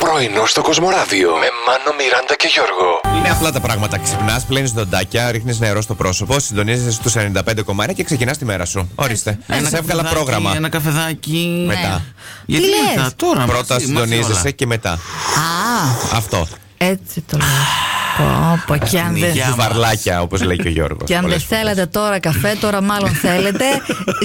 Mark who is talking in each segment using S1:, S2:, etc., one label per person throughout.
S1: Πρωινό στο Κοσμοράδιο με Μάνο, Μιράντα και Γιώργο.
S2: Είναι απλά τα πράγματα. Ξυπνάς, πλένεις δοντάκια, ρίχνεις νερό στο πρόσωπο, συντονίζεσαι στους 95 κομμάτια και ξεκινάς τη μέρα σου. Ορίστε. Σε έβγαλα
S3: καφεδάκι,
S2: πρόγραμμα.
S3: Ε, Ένα καφεδάκι. Ε,
S2: Μετά.
S3: Γιατί
S4: Τι λες?
S3: μετά, τώρα.
S2: Πρώτα
S3: μαζί, μαζί όλα.
S2: συντονίζεσαι και μετά.
S4: Α,
S2: Αυτό.
S4: έτσι το λέω. Πω, πω, και αν δεν
S3: Κυνηγιά. Άμα.
S2: Βαρλάκια, όπως λέει και ο Γιώργος.
S4: Και αν δεν θέλατε τώρα καφέ, τώρα μάλλον θέλετε.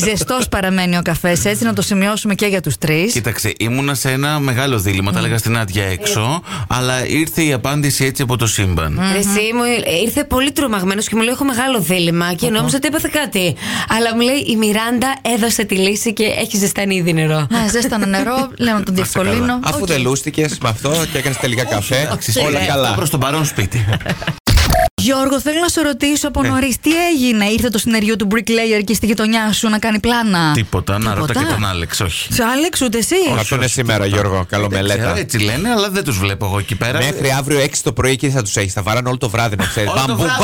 S4: Ζεστός παραμένει ο καφές, έτσι να το σημειώσουμε και για τους τρεις.
S3: Κοίταξε, ήμουνα σε ένα μεγάλο δίλημα, τα έλεγα στην άντια έξω, αλλά ήρθε η απάντηση έτσι από το σύμπαν.
S5: Ρε Εσύ μου ε, ήρθε πολύ τρομαγμένος και μου λέει: Έχω μεγάλο δίλημα και νόμιζα ότι έπαθε κάτι. Αλλά μου λέει: Η Μιράντα έδωσε τη λύση και έχει ζεστάνει ήδη νερό.
S4: Να ζέστανα νερό, λέω να τον διευκολύνω.
S2: Αφού
S4: Οκ.
S2: δεν λούστηκες με αυτό και έκανες τελικά καφέ, όλα καλά.
S3: Προς τον παρόν σπίτι.
S4: Γιώργος, θέλω να σε ρωτήσω
S3: Ε.
S4: από νωρίς, τι έγινε, ήρθε το συνεργείο του Bricklayer και στη γειτονιά σου να κάνει πλάνα.
S3: Τίποτα, να ρωτά
S4: Τίποτα.
S3: και τον Άλεξ, όχι.
S4: Σε Άλεξ, ούτε εσύ.
S2: Θα σου είναι σήμερα, Γιώργο. Καλό
S3: Ξέρω,
S2: μελέτα.
S3: έτσι λένε, αλλά δεν τους βλέπω εγώ εκεί πέρα.
S2: Μέχρι αύριο 6 το πρωί και θα τους έχεις. Θα βαράνε όλο το βράδυ, να ξέρεις.
S3: Όλο το βράδυ, ε,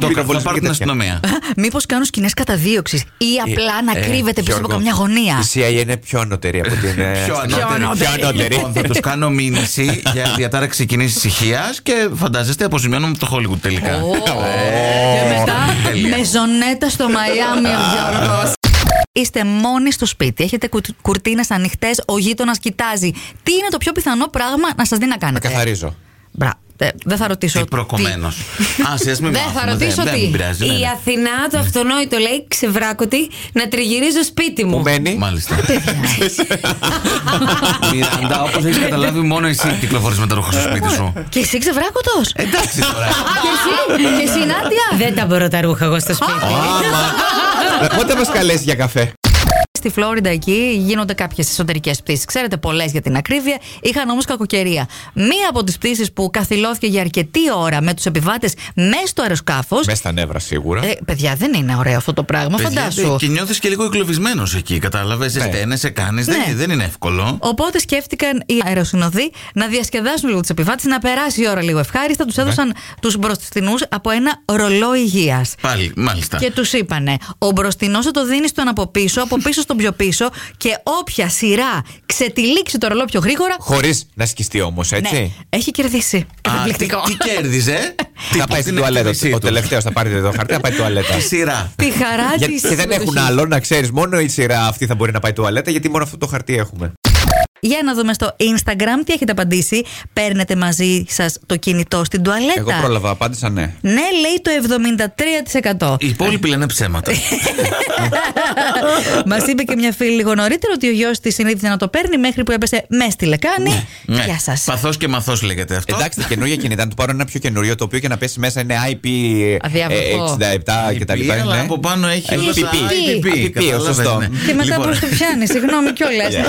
S3: το καφέ, θα πάρουν την αστυνομία.
S4: Μήπως κάνουν σκηνές καταδίωξης ή απλά να
S3: ε,
S4: κρύβεται πίσω από
S2: Γιώργο,
S4: καμιά γωνία.
S2: Η CIA είναι πιο ανώτερη από την. ε,
S3: Πιο
S2: αστυνομία.
S3: ανώτερη.
S2: Πιο ανώτερη.
S3: Λοιπόν, θα τους κάνω μήνυση για διατάραξη κοινή ησυχίας και φαντάζεστε αποζημιώνομαι από το Hollywood τελικά.
S4: Και μετά
S3: Τέλεια.
S4: μεζονέτα στο Μαϊάμι ο Γιώργος. Είστε μόνοι στο σπίτι, έχετε κουρτίνες ανοιχτές, ο γείτονας κοιτάζει. Τι είναι το πιο πιθανό πράγμα να σας δει να
S2: Να
S4: κάνετε.
S2: καθαρίζω.
S4: Μπρα. ε, δεν θα ρωτήσω.
S3: Τι προκομμένο. Α, σε μην
S4: Δεν θα
S3: μάθουμε,
S4: ρωτήσω
S3: δεν-
S4: τι.
S3: Δεν πειράζει. ναι,
S5: Η
S3: ναι.
S5: Αθηνά το αυτονόητο λέει: Ξεβράκωτη να τριγυρίζω σπίτι μου.
S2: Που μένει.
S3: Μάλιστα.
S4: Παιδιά.
S3: Μιράντα, όπως έχεις καταλάβει, μόνο εσύ κυκλοφορείς με τα ρούχα στο
S4: Ε,
S3: σπίτι σου.
S4: Και εσύ ξεβράκωτος. Και
S3: Εντάξει τώρα.
S4: εσύ, και εσύ Νάντια.
S5: Δεν τα μπορώ τα ρούχα εγώ στο σπίτι.
S2: Άμα. Πότε μας καλέσει για καφέ.
S4: Στη Φλόριντα εκεί γίνονται κάποιες εσωτερικές πτήσεις. Ξέρετε, πολλές για την ακρίβεια. Είχαν όμως κακοκαιρία. Μία από τις πτήσεις που καθυλώθηκε για αρκετή ώρα με τους επιβάτες μέσα στο αεροσκάφος.
S2: Μέσα στα νεύρα σίγουρα.
S4: Ε, παιδιά, δεν είναι ωραίο αυτό το πράγμα,
S3: Παιδιά,
S4: ε, φαντάσου.
S3: Και νιώθεις Ε, και λίγο εκλοβισμένο εκεί. Κατάλαβες, σε
S2: Ναι.
S3: στένεσαι, κάνει.
S4: Ναι.
S3: Δεν είναι εύκολο.
S4: Οπότε σκέφτηκαν οι αεροσυνοδοί να διασκεδάσουν λίγο τους επιβάτες, να περάσει η ώρα λίγο ευχάριστα.
S3: Ναι.
S4: Του έδωσαν τους του μπροστινούς από ένα ρολό υγείας.
S3: Πάλι, μάλιστα.
S4: Και τους είπανε, ο μπροστινός θα το δίνεις στον από πίσω, από πίσω στον πιο πίσω και όποια σειρά ξετυλίξει το ρολό πιο γρήγορα.
S2: Χωρίς να σκιστεί όμως,
S4: Ναι,
S2: έτσι.
S4: έχει κερδίσει.
S3: Α,
S4: Καταπληκτικό.
S3: Τι, τι κέρδιζε.
S2: Θα πάει στην
S4: Ναι.
S2: τουαλέτα. Ο τελευταίος θα πάρει το χαρτί, θα πάει τουαλέτα.
S3: Τη σειρά.
S4: Τη χαρά
S2: Για-
S4: της.
S2: Και δεν έχουν άλλο, να ξέρεις. Μόνο η σειρά αυτή θα μπορεί να πάει τουαλέτα, γιατί μόνο αυτό το χαρτί έχουμε.
S4: Για να δούμε στο Instagram τι έχετε απαντήσει. Παίρνετε μαζί σας το κινητό στην τουαλέτα.
S2: Εγώ πρόλαβα, απάντησα ναι.
S4: Ναι, λέει το 73%.
S3: Οι υπόλοιποι λένε ψέματα.
S4: Μας είπε και μια φίλη λίγο νωρίτερα ότι ο γιος της συνήθιζε να το παίρνει μέχρι που έπεσε μες στη
S2: Ναι,
S4: λεκάνη. Γεια σας.
S3: Παθός Ναι. και μαθός λέγεται αυτό.
S2: Εντάξει, τα καινούργια κινητά, να του πάρω ένα πιο καινούριο, το οποίο και να πέσει μέσα είναι
S4: Αδιαβατό.
S2: IP67
S3: IP,
S2: κτλ.
S3: αλλά
S2: ναι.
S3: από πάνω έχει όλα τα
S2: IPP.
S3: IPP,
S2: IPP,
S3: καταλάβες,
S2: σωστό.
S3: ναι.
S4: Και μετά
S3: Λοιπόν,
S4: πώς το πιάνει, συγγνώμη κιόλας.